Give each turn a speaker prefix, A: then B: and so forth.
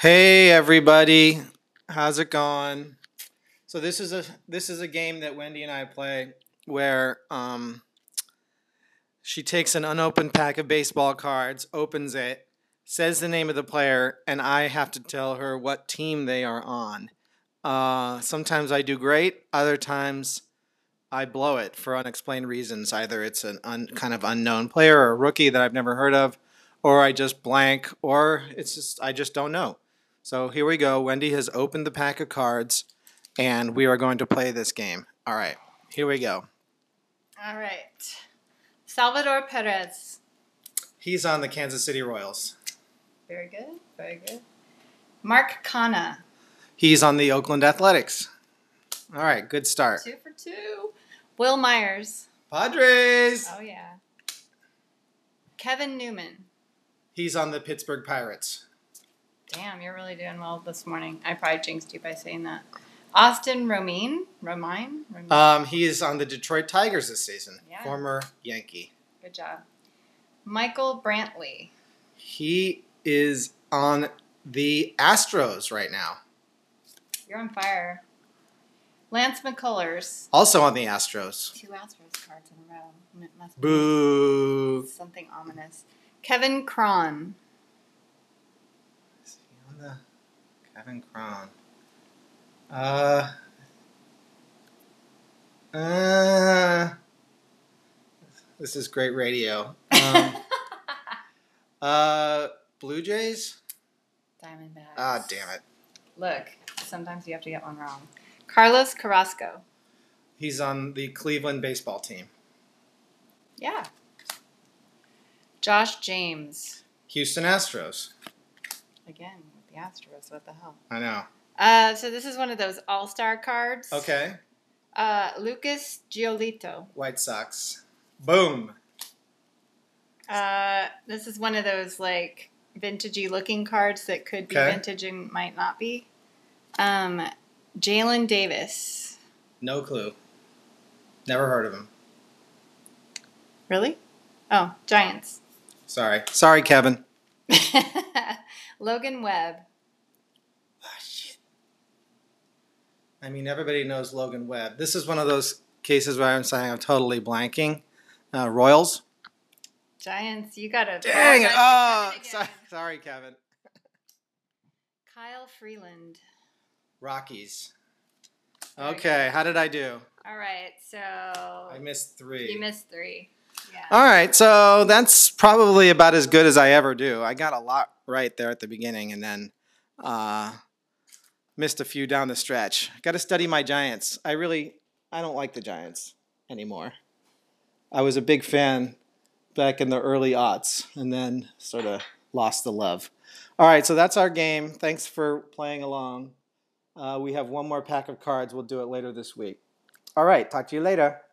A: Hey everybody, how's it going? So this is a this is a game that Wendy and I play where um, she takes an unopened pack of baseball cards, opens it, says the name of the player, and I have to tell her what team they are on. Uh, sometimes I do great, other times I blow it for unexplained reasons. Either it's an un, kind of unknown player or a rookie that I've never heard of, or I just blank, or it's just I just don't know. So here we go. Wendy has opened the pack of cards, and we are going to play this game. All right, here we go.
B: All right. Salvador Perez.
A: He's on the Kansas City Royals.
B: Very good. Very good. Mark Kana.
A: He's on the Oakland Athletics. All right, good start.
B: Two for two. Will Myers.
A: Padres.
B: Oh, yeah. Kevin Newman.
A: He's on the Pittsburgh Pirates.
B: Damn, you're really doing well this morning. I probably jinxed you by saying that. Uh. Austin Romine. Romine? Romine.
A: Um, he is on the Detroit Tigers this season.
B: Yeah.
A: Former Yankee.
B: good job. Michael Brantley.
A: He is on the Astros right now.
B: You're on fire. Lance McCullers.
A: Also on the Astros.
B: Two Astros cards in a row. It must be
A: Boo.
B: something ominous. Kevin Cron.
A: Is he on the Kevin Cron? Uh. Uh. This is great radio. Um, uh, Blue Jays?
B: Diamondbacks.
A: Ah, damn it.
B: Look, sometimes you have to get one wrong. Carlos Carrasco.
A: He's on the Cleveland baseball team.
B: Yeah. Josh James.
A: Houston Astros.
B: Again, with the Astros. What the hell?
A: I know.
B: Uh, so this is one of those all star cards.
A: Okay.
B: Uh, Lucas Giolito.
A: White Sox. Boom.
B: Uh, this is one of those like vintagey looking cards that could be
A: Okay.
B: vintage and might not be. Um, Jalen Davis.
A: No clue. Never heard of him.
B: Really? Oh, Giants.
A: Sorry. Sorry, Kevin.
B: Logan Webb. Ah,
A: I mean, everybody knows Logan Webb. This is one of those cases where I'm saying I'm totally blanking. Uh, Royals.
B: Giants, you gotta.
A: Dang it. Oh,
B: Apologize to Kevin
A: sorry,
B: again.
A: sorry, Kevin.
B: Kyle Freeland.
A: Rockies.
B: Very good.
A: Okay, how did I do?
B: All right, so
A: I missed three.
B: Oh. you missed three. Yeah.
A: All right, so that's probably about as good as I ever do. I got a lot right there at the beginning and then uh, missed a few down the stretch. Got to study my Giants. I really I don't like the Giants anymore. I was a big fan back in the early aughts and then sort of lost the love. All right, so that's our game. Thanks for playing along. Uh, we have one more pack of cards. We'll do it later this week. All right, talk to you later.